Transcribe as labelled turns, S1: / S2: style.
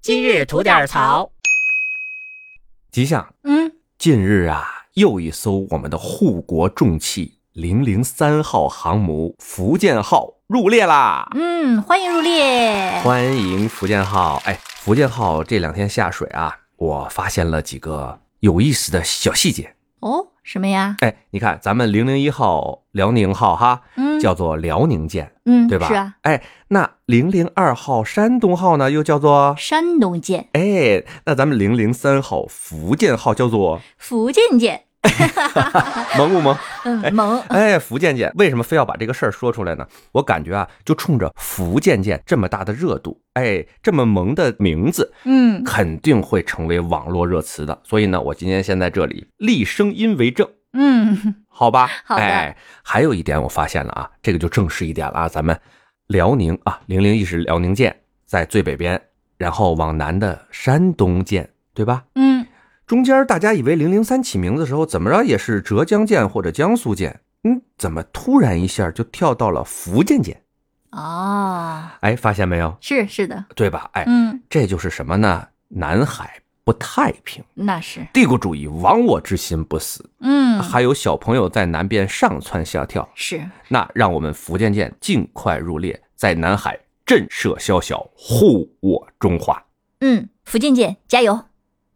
S1: 今日吐点槽。
S2: 吉祥，
S1: 嗯，
S2: 近日啊，又一艘我们的护国重器零零三号航母福建号入列啦！
S1: 嗯，欢迎入列。
S2: 欢迎福建号！哎，福建号这两天下水啊，我发现了几个有意思的小细节。
S1: 哦，什么呀？
S2: 哎，你看，咱们零零一号辽宁号哈，
S1: 嗯，
S2: 叫做辽宁舰，
S1: 嗯，
S2: 对吧？
S1: 是啊，
S2: 哎，那零零二号山东号呢，又叫做
S1: 山东舰、
S2: 哎，那咱们零零三号福建号叫做
S1: 福建舰，
S2: 萌不萌？
S1: 嗯，萌。
S2: 哎，福建舰为什么非要把这个事儿说出来呢？我感觉啊，就冲着福建舰这么大的热度，哎，这么萌的名字，
S1: 嗯，
S2: 肯定会成为网络热词的。所以呢，我今天先在这里立声音为证，
S1: 嗯，
S2: 好吧？
S1: 好的
S2: 哎，还有一点我发现了啊，这个就正式一点了啊，咱们辽宁啊，零零一是辽宁舰在最北边，然后往南的山东舰，对吧？
S1: 嗯，
S2: 中间大家以为零零三起名字的时候，怎么着也是浙江舰或者江苏舰，嗯，怎么突然一下就跳到了福建舰？
S1: 哦，
S2: 哎，发现没有？
S1: 是是的，
S2: 对吧？哎，
S1: 嗯，
S2: 这就是什么呢？南海不太平，
S1: 那是，
S2: 帝国主义亡我之心不死，
S1: 嗯，
S2: 还有小朋友在南边上蹿下跳。
S1: 是，
S2: 那让我们福建舰尽快入列，在南海震慑宵小，护我中华。
S1: 嗯，福建舰加油。